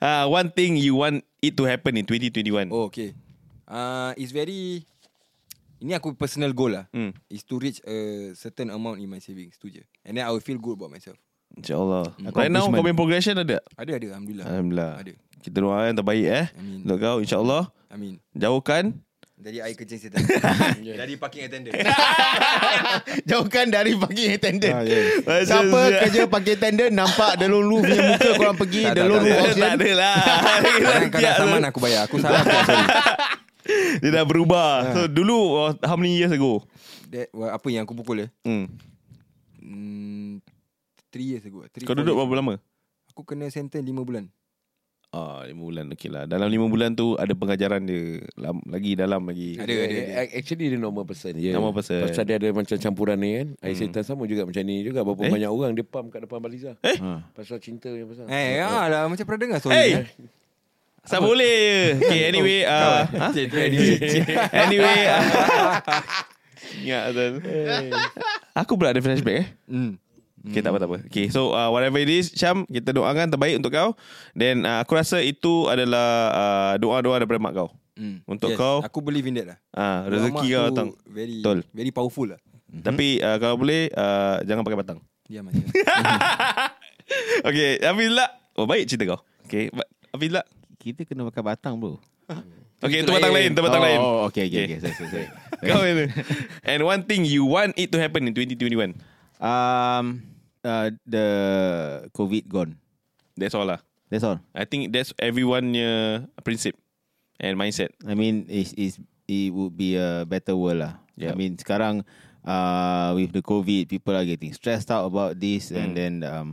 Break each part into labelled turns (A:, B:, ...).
A: uh, one thing you want it to happen in 2021.
B: Oh, okay. Uh, it's very... Ini aku personal goal lah.
A: Hmm.
B: Is to reach a certain amount in my savings. Tu je. And then I will feel good about myself.
A: InsyaAllah. Hmm. Right now, kau punya progression ada? tak?
B: Ada, ada. Alhamdulillah.
A: Alhamdulillah.
B: Ada.
A: Kita doakan yang terbaik eh.
B: Amin.
A: Untuk kau, insyaAllah.
B: I mean,
A: Jauhkan.
B: dari air kerja setan. dari parking attendant.
C: Jauhkan dari parking
D: Ah,
C: attendant.
D: yes.
C: Siapa kerja parking attendant nampak The Lone Wolf punya muka korang pergi
B: Tak,
C: The
B: tak, tak,
C: Lone Wolf
A: Tak
C: Auction.
A: ada lah.
B: Kadang kadang saman aku bayar. Aku salah. aku sorry.
A: Dia dah berubah. So dulu uh, how many years ago?
B: That, well, apa yang aku pukul eh?
A: Hmm.
B: Hmm, three years ago. Three,
A: Kau
B: four
A: duduk
B: years.
A: berapa lama?
B: Aku kena sentence lima bulan.
A: Ah, lima bulan okey lah. Dalam lima bulan tu ada pengajaran dia lam, lagi dalam lagi.
B: Ada, ada, ada.
E: A- Actually dia normal person yeah.
A: Normal person. Hmm.
E: Pasal dia ada macam campuran ni kan Air setan sama juga macam ni juga Berapa
A: Eh?
E: banyak orang dia pump kat depan Baliza eh? Pasal cinta yang pasal
B: Eh, ya lah. Macam pernah dengar story.
A: Hey, tak boleh je. Okay, anyway. Uh, ha? anyway. ah. Ingat Azan. Aku pula ada flashback eh.
B: Hmm.
A: Okay, tak apa, tak apa. Okay, so uh, whatever it is, Syam, kita doakan terbaik untuk kau. Then uh, aku rasa itu adalah uh, doa-doa daripada mak kau.
B: Hmm.
A: Untuk kau.
B: Aku believe in that lah.
A: Ah, rezeki
B: Doa mak
A: kau
B: tu
A: datang.
B: Very,
A: Betul.
B: very powerful lah.
A: Tapi uh, kalau boleh, uh, jangan pakai batang.
B: Diam aja.
A: Okay, Hafizlah. Oh, baik cerita kau. Okay, ba- Hafizlah.
C: Kita kena pakai batang bro.
A: Okay, tu batang lain, tu batang
C: oh,
A: lain.
C: Oh, okay, okay,
A: Okay.
C: okay. Sorry, sorry, sorry.
A: Kau ini. And one thing you want it to happen in 2021.
C: um, uh, the COVID gone.
A: That's all lah.
C: That's all.
A: I think that's everyone punya prinsip and mindset.
C: I mean, is is it would be a better world lah.
A: Yeah.
C: I mean, sekarang uh, with the COVID, people are getting stressed out about this,
A: Hmm.
C: and then um,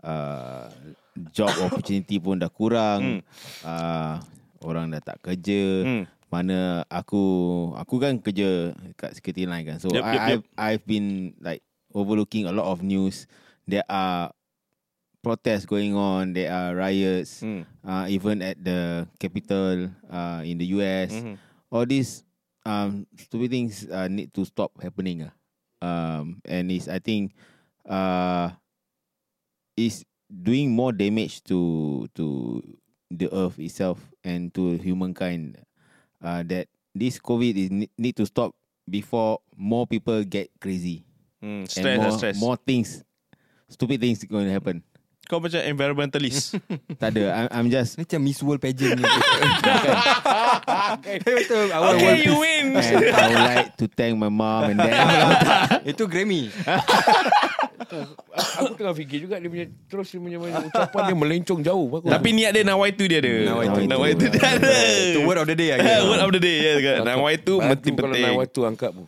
C: uh, job opportunity pun dah kurang. Uh, orang dah tak kerja.
A: Hmm.
C: Mana aku aku kan kerja kat security line kan. So
A: Yup,
C: I
A: yup, yup.
C: I've, I've been like overlooking a lot of news. There are protests going on. There are riots
A: Hmm.
C: uh, even at the capital uh, in the US.
A: Mhm.
C: All these um, stupid things uh, need to stop happening. ah. Um, and it's I think uh, it's doing more damage to to the earth itself and to humankind. Uh, that this COVID is ne- need to stop before more people get crazy
A: Hmm. Stress lah,
C: and more
A: stress.
C: more things, stupid things going to happen.
A: Kau macam environmentalist.
C: tak ada. I'm, I'm just
B: Macam Miss World pageant ni. Kan? Betul. Awal
A: okay,
B: World
A: you
B: Peace.
A: win.
C: And I would like to thank my mom and dad.
B: Itu Grammy.
E: Aku tengah fikir juga dia punya Terus dia punya ucapan dia melencong jauh Bagus.
A: Tapi niat dia nawai tu dia ada.
B: Nawai tu.
A: Nawai tu dia ada.
B: The word of the day.
A: Yeah,
B: Yeah,
A: word of the day. Yeah, dekat. nawai tu
E: Batu
A: mesti
E: Kalau
A: penting. Ha.
E: nawai tu angkat pun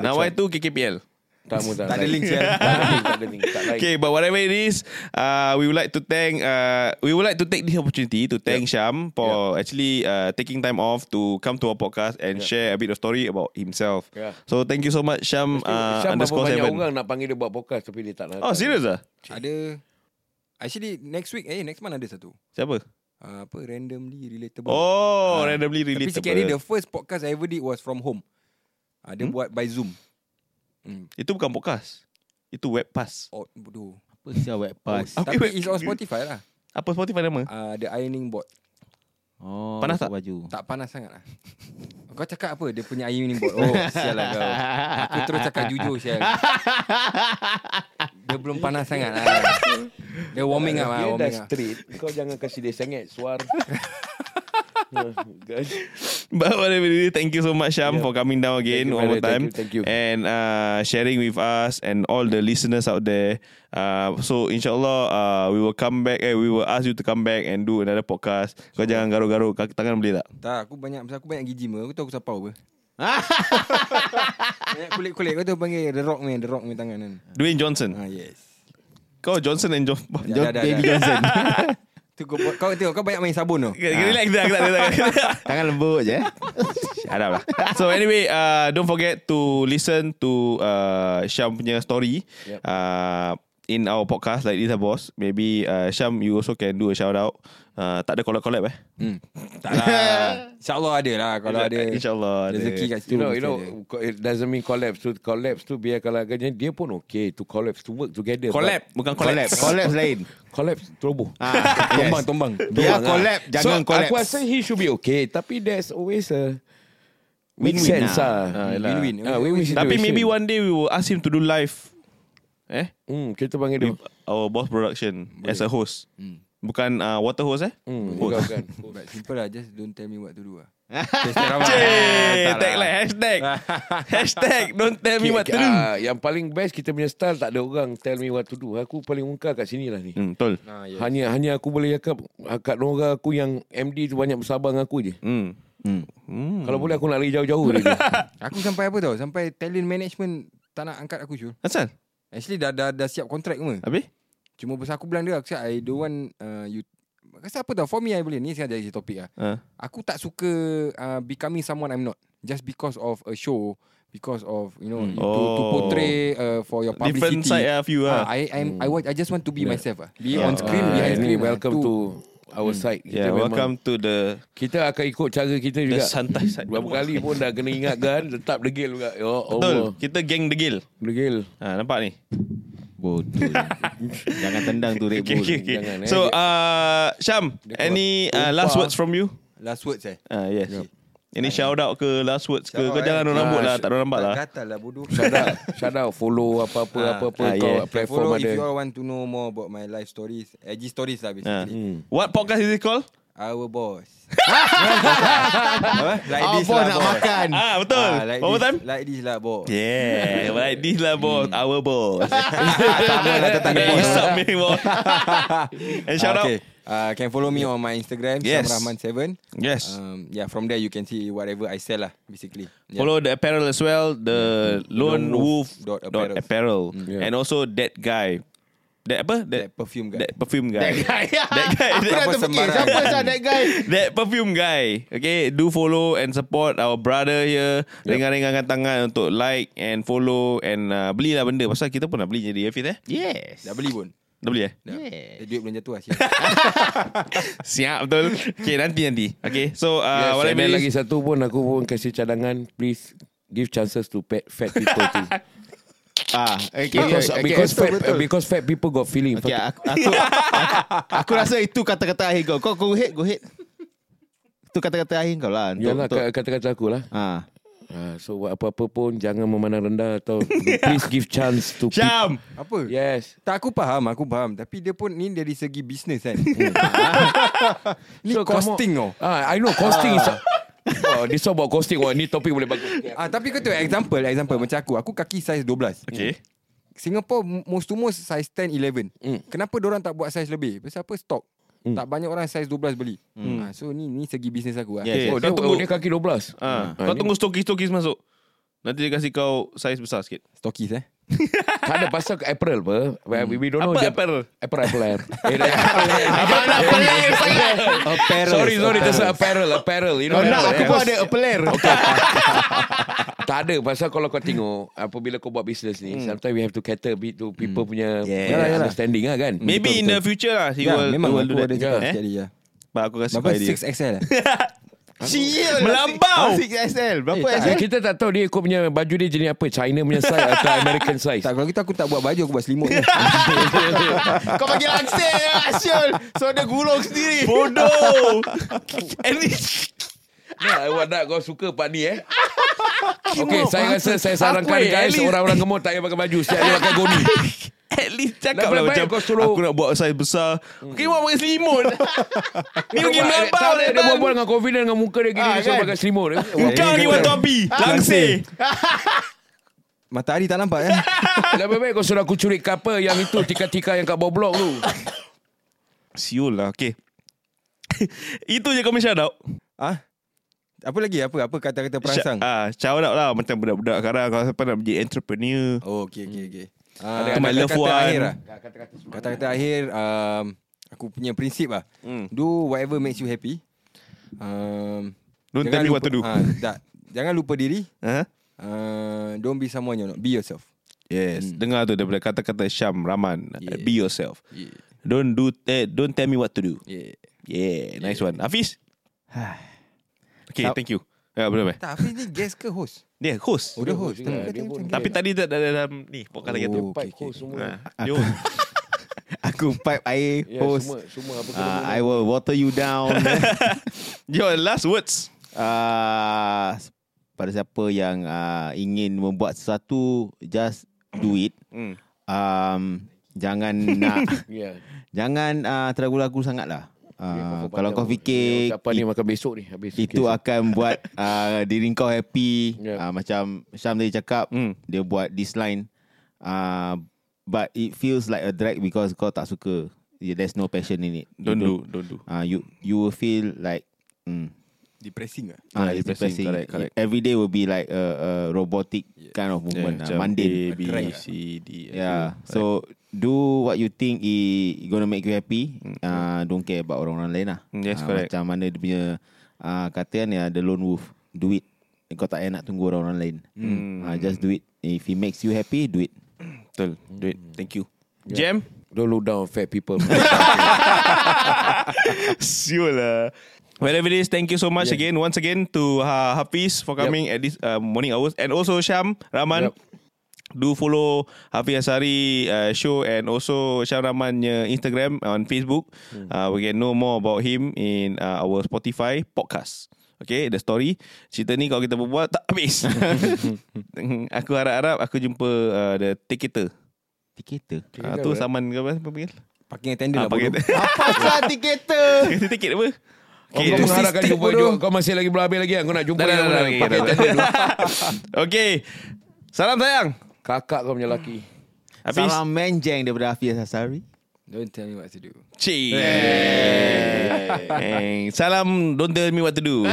A: Nawai tu KKPL.
E: Tak, mu tak
B: Tak ada
E: like.
B: link sekarang.
E: Tak ada link Tak ada link Tak like
A: Okay, but whatever it is, uh, we would like to thank, uh, we would like to take this opportunity to thank Syam for actually uh, taking time off to come to our podcast and share a bit of story about himself.
E: Yeah.
A: So thank you so much, Syam, uh,
E: Syam berapa
A: underscore
E: banyak
A: seven.
E: orang nak panggil dia buat podcast Tapi dia tak nak
A: Oh, serious ah?
B: Ada. Actually, next week, eh, next month ada satu.
A: Siapa?
B: Uh, apa, randomly relatable.
A: Oh,
B: Ah.
A: randomly
B: Tapi
A: relatable.
B: sikit hari, the first podcast I ever did was from home. Uh, dia buat by Zoom. Hmm.
A: Itu bukan podcast. Itu webpass.
B: Oh, bodoh.
C: Apa sial wet pass?
A: Okay,
B: Tapi
A: wait.
B: it's on Spotify lah.
A: Apa Spotify nama?
B: Uh, the ironing board.
C: Oh,
A: Panas
C: masuk
A: tak?
C: Baju.
B: Tak panas sangat lah. Kau cakap apa? Dia punya ironing board. Oh, sial lah kau. Aku terus cakap jujur, sial. Dia belum panas sangat lah. Dia warming up lah,
E: Dia dah
B: warming up.
E: straight Kau jangan kasih dia sangat Suar
A: But whatever it is, thank you so much, Syam,
E: Yeah.
A: for coming down again
E: Thank you,
A: one more
E: brother.
A: time.
E: Thank you, thank you.
A: And uh, sharing with us and all the listeners out there. Uh, so, insyaAllah, uh, we will come back, eh, we will ask you to come back and do another podcast. Kau jangan garuk-garuk, kaki tangan boleh tak?
B: Tak, aku banyak, pasal aku banyak gigi me. Aku tahu aku sapau apa. banyak kulit-kulit. Kau tahu panggil The Rock man, The Rock man tangan kan.
A: Dwayne Johnson.
B: Ah, yes.
A: Kau Johnson and Johnson.
B: Dah, dah, dah,
C: Baby
B: dah.
C: Johnson.
B: Tu kau, kau tengok, kau banyak main sabun tu.
A: Relax, relax, relax, relax.
C: Tangan lembut je. eh.
A: Shut up lah. So anyway, uh, don't forget to listen to uh, Syam punya story.
E: Yep.
A: Uh, in our podcast like this, ah, boss, maybe uh, Syam, you also can do a shout out. Uh, tak ada collab-collab eh?
B: Hmm. Tak lah. InsyaAllah ada lah kalau ada
A: InsyaAllah ada.
B: rezeki kat situ.
E: You know, you
B: mesti
E: know,
B: ada.
E: co- it doesn't mean collapse. So collapse tu biar kalau agaknya dia pun okay to collapse to work together.
A: Collab, bukan
C: Collab.
A: collab.
C: Collab lain.
E: But collapse teroboh.
C: Ah, yes.
B: Tombang, tombang.
C: Biar
E: Doang lah.
C: collab, jangan
E: so,
C: collab.
E: Aku rasa he should be okay. Tapi there's always a
C: Win-win
E: win-win sense
C: lah.
E: lah.
A: yelah.
E: win-win. Ah, win-win
A: Tapi
E: situation.
A: maybe one day we will ask him to do live. Eh?
E: Hmm, kita panggil dia.
A: With our boss production as a host. Bukan uh, water host eh?
E: Hmm,
A: Host.
E: bukan, bukan.
B: But simple lah. Just don't tell me what to do lah. Just tell Rahmat.
A: Hey,
B: Tak
A: tag
B: lah.
A: lah hashtag. hashtag don't tell me what to do.
E: Ah, yang paling best kita punya style tak ada orang tell me what to do. Aku paling ungkar kat sini lah ni.
A: Hmm, betul.
B: Ah, yes.
E: Hanya hanya aku boleh cakap ah, kat Nora aku yang MD tu banyak bersabar dengan aku je.
A: Hmm.
E: Kalau
B: Hmm.
E: boleh aku nak lari jauh-jauh Ah, dari dia.
B: Aku sampai apa tau Sampai talent management Tak nak angkat aku Syul
A: Asal?
B: Actually dah dah, dah siap kontrak semua
A: Habis?
B: Cuma pasal aku bilang dia Aku cakap I don't want uh, you Kasi apa tau For me I boleh Ni sekarang jadi topik lah
A: Ah.
B: Aku tak suka uh, Becoming someone I'm not Just because of a show Because of You know you to, to
A: Oh.
B: portray uh, For your
A: Different
B: publicity
A: side of you
B: Ah,
A: lah. Hmm.
B: I I'm, I want I just want to be myself ah. Be
A: Yeah.
B: on screen,
E: Ah,
B: behind
E: and
B: screen.
E: Welcome
B: ah,
E: to
B: tu.
E: our side. Kita
A: Yeah,
E: memang-
A: welcome to the
E: Kita akan ikut cara kita
A: the
E: juga.
A: santai side.
E: Berapa kali pun dah kena ingatkan Tetap degil juga Ya
A: Betul.
E: Allah
A: Kita geng degil.
E: Degil
A: Ha, nampak ni?
C: Bodoh. jangan tendang tu Red
A: Okay,
C: Bull.
A: okay, okay.
E: jangan, eh.
A: So, uh, Syam, any uh, last
E: tumpah.
A: words from you?
B: Last words eh.
A: Uh, yes. Any shout out ke last words ke? Kau
B: Shout out,
A: jangan
B: eh.
A: orang rambut lah. Tak ada rambut lah.
B: Gatal lah bodoh.
E: Shout out Shout out Follow apa-apa
B: Ah,
E: Apa-apa
A: ah,
E: kau
A: yeah.
E: platform
B: Follow
E: ada
B: if you all want to know more about my life stories, IG stories lah
A: Ah.
B: basically.
A: What podcast is it called?
B: Our boss. Apa? like
C: Oh,
B: this
C: boss
B: lah,
C: nak
B: boss.
C: makan.
A: Ah, betul.
B: Ah, like
A: One more
B: this,
A: time?
B: Like this lah, boss.
A: Yeah, like this lah boss, our boss.
B: Sama lah, tak ada boss.
A: What's up, man, boss? And shout
B: Ah,
A: out.
B: okay. Uh, can follow me on my Instagram,
A: Yes.
B: Samrahman7.
A: Yes.
B: Um, yeah, from there you can see whatever I sell lah, basically. Yeah.
A: Follow the apparel as well, the Mm. lone wolf dot apparel, Mm.
E: Yeah.
A: and also that guy, that apa, that,
B: That perfume guy.
A: that perfume guy,
C: that
A: That guy.
C: Aku dah
B: Apa
C: terfikir
B: sembarang.
C: Siapa sah that guy
A: That perfume guy Okay Do follow and support Our brother here yep. Ringan-ringankan tangan Untuk like And follow And uh, belilah benda Pasal kita pun nak beli Jadi Hafiz eh
C: Yes
B: Dah beli pun.
A: Dah beli eh
B: Yeah. Duit belum jatuh lah sial.
A: Siap betul Okay nanti-nanti Okay so
E: Yes,
A: uh, yes, What I
E: and then
A: mean
E: lagi satu pun Aku pun kasih cadangan Please Give chances to pet, fat people too
C: ah, okay,
E: Because,
C: okay,
E: because,
C: okay,
E: fat, because fat people got feeling
C: okay, aku, aku, aku rasa itu kata-kata akhir kau Kau go ahead Go ahead Itu kata-kata akhir kau lah untuk,
E: Yalah
C: untuk,
E: ka- kata-kata aku lah
C: ah.
E: Ah, So apa-apa pun Jangan memandang rendah Atau please give chance to people
A: Syam
B: Apa?
E: Yes
B: Tak aku faham Aku faham Tapi dia pun Ni dari segi bisnes kan Ni
E: So, kamu-
B: costing oh. tau
E: ah, I know costing is Oh, this about costing Wah, ni topik boleh bagus
B: Ah, tapi kau tengok example example macam aku aku kaki saiz 12.
A: Okay
B: Hmm. Singapore m- most to most saiz 10 11.
E: Hmm.
B: Mm. Kenapa orang tak buat saiz lebih? Pasal apa stok? Mm. Tak banyak orang saiz 12 beli.
E: Hmm.
B: Mm. Ah, so ni ni segi bisnes aku ah.
A: Yes.
E: Oh, dia,
A: Kau tunggu.
E: oh, dia kaki 12
A: Eh, Ah,
E: Ah,
A: Kau
E: ni-
A: tunggu stokis-stokis masuk Nanti dia kasih kau Saiz besar sikit
B: Stokis eh.
E: Tak Kan ada pasal ke April apa. We, we don't
A: Apa
E: know. dia-
A: apparel?
E: April, April air. Eh, dah- Apa nak
C: Apparel
E: eh, Sorry, sorry. Just apparel, apparel. You know,
A: Oh,
C: Kau Oh, nak
E: apparel,
C: aku
E: eh.
C: pun ada apparel
E: Tak ada pasal kalau kau tengok apabila kau buat business ni, sometimes we have to cater a bit to people
A: Hmm. Yeah.
E: punya, punya
A: Yalah, yalah.
E: understanding lah kan.
A: Maybe in the future lah He
B: Ya,
A: will,
B: memang
A: he will
B: aku
A: do
B: ada
A: that
B: cakap
A: Eh?
B: sekali ya.
A: But aku kasih
B: Berapa
A: kau idea
B: 6XL eh?
C: Sial
A: Melampau.
C: 6XL Berapa
B: Eh, tak,
E: Ya,
C: XL
E: kita tak tahu dia kau punya baju dia jenis apa. China punya size atau American size.
B: tak kalau kita aku tak buat baju aku buat selimut ni.
C: Kau panggil Axel lah Syul So dia gulung sendiri
A: Bodoh Any
E: Nah, awak nak kau suka part ni eh. Okay,
A: Kimak
E: saya rasa saya sarankan
A: Aku, eh, at
E: guys,
A: least-
E: orang-orang gemuk tak payah pakai baju. Setiap dia pakai goni.
A: At least cakap
E: Dah
A: lah
E: baik-baik
A: macam
E: kau suruh-
A: Aku nak buat saiz besar Okay awak pakai selimut Ni pergi
E: Dia buat-
A: melampau
E: tak, Dia
A: Nathan.
E: berbual dengan confident Dengan muka dia gini
C: Ah,
E: Dia suruh
C: kan?
E: pakai selimut dia. "Oh,
A: Kau ni buat topi Langsir
B: Matahari tak nampak eh.
E: Lebih baik kau suruh aku curi cover Yang itu tika-tika yang kat bawah blok tu
A: Siul lah Okay Itu je kau punya shout out
B: Ah. Apa lagi? Apa apa kata-kata perangsang?
A: Shout- ah, Shout out lah Macam budak-budak sekarang Kalau siapa nak menjadi entrepreneur
B: Oh, okay, okay, okay.
A: To
B: Uh,
A: my loved one.
B: Akhir, lah. Kata-kata akhir, um, aku punya prinsip lah.
A: Hmm.
B: Do whatever makes you happy. Um,
A: Don't tell
B: jangan
A: me
B: lupa,
A: what to do.
B: Ah, tak. Jangan lupa diri. Ah,
A: huh?
B: Uh, don't be someone you're not. Be yourself.
A: Yes, Hmm. dengar tu daripada kata-kata Syam Rahman.
B: Yeah.
A: Be yourself.
B: Yeah.
A: Don't do eh, don't tell me what to do.
B: yeah.
A: Yeah, nice one. Hafiz. okay,
C: Sab-
A: thank you. Ya, boleh boleh.
B: Tak, Hafiz ni guest ke host?
A: Dia host.
B: Oh, dia host.
E: juga.
B: Tengok,
E: Dia
B: tengok,
E: pun-
B: tengok.
A: Tapi tadi tak ada dalam ni podcast lagi tu.
B: Oh,
E: Pipe
B: okay,
E: okay,
B: okay.
E: semua.
A: Ha,
C: Aku-
A: dia host.
C: Aku pipe air
A: Ya,
E: Yeah,
C: Host
E: ya, semua, semua apa
A: Ah,
E: kena
A: lah.
C: uh,
E: guna.
C: I will water you down
A: Your last words.
C: uh, Pada siapa yang uh, Ingin membuat sesuatu Just do it
A: Hmm.
C: um, Jangan nak
E: Yeah.
C: Jangan uh, terlagu-lagu sangat lah
A: Ah,
C: uh, Kalau kau
A: Ya,
C: fikir
E: Siapa ni makan besok ni habis
C: Itu
E: fikir.
C: akan buat uh, Diri kau happy
E: Yeah.
C: yeah. uh, Macam Syam tadi
A: Ya.
C: cakap
A: Hmm.
C: Dia buat this line uh, But it feels like a drag Because kau tak suka yeah, There's no passion in it
A: Don't
C: you
A: do, don't do.
C: uh, You you will feel like mm,
B: Depressing lah.
C: Ah,
A: Yeah,
C: it's
A: depressing.
C: depressing.
A: Correct, correct.
C: Every day will be like a, a robotic kind of movement, yeah,
A: macam A,
C: mundane.
A: B,
B: Correct.
A: C, D.
C: Yeah. So do what you think is gonna make you happy. Uh, don't care about orang-orang lain lah.
A: Mm, yes,
C: Ah,
A: correct.
C: Macam mana dia punya uh, kataan ya the lone wolf. Do it. Kau tak payah nak tunggu orang-orang lain. Mm. Uh, just do it. If it makes you happy, do it.
A: betul. Do it. Thank you. Hmm. Jam?
E: Don't look down on fat people.
A: Sure lah. Whatever it is, thank you so much again, once again to uh, Hafiz for coming at this uh, morning hours, and also Syam Rahman.
E: Yep.
A: Do follow Hafiz Asari uh, show and also Syam Rahmannya Instagram on Facebook. Uh, we can know more about him in uh, our Spotify podcast. Okay, the story. Cerita ni kalau kita berbual tak habis. aku harap-harap aku jumpa uh, the ticketer.
C: Tikator.
A: Ah, tu saman ke apa apa panggil?
B: Parking
A: Ah,
B: attendant lah bodoh.
A: pakai
C: Apa salah tikator?
A: pakai tiket apa?
E: Kau
A: Okay,
E: kau
A: the-
E: mengharapkan
B: sistem
E: jumpa
B: bodoh.
E: jumpa. Kau masih lagi belum habis lagi kan? Kau nak jumpa
A: Dah, dah,
E: yang
A: dah,
E: mana?
A: dah,
E: Pakai
A: dah.
E: tender dulu.
A: okay. Salam sayang.
E: Kakak kau punya lelaki.
A: Hafiz.
C: Salam menjeng daripada Hafiz Hasari.
B: Don't tell me what to do.
A: Cik. Eh, Salam don't tell me what to do.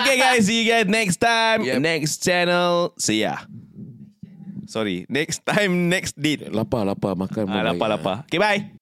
A: okay guys, see you guys next time.
E: Yep.
A: Next channel. See ya. Sorry. Next time, next date.
E: Lapar, lapar. Makan.
A: Ah,
E: pun baik.
A: lapar, lapar. Okay, bye.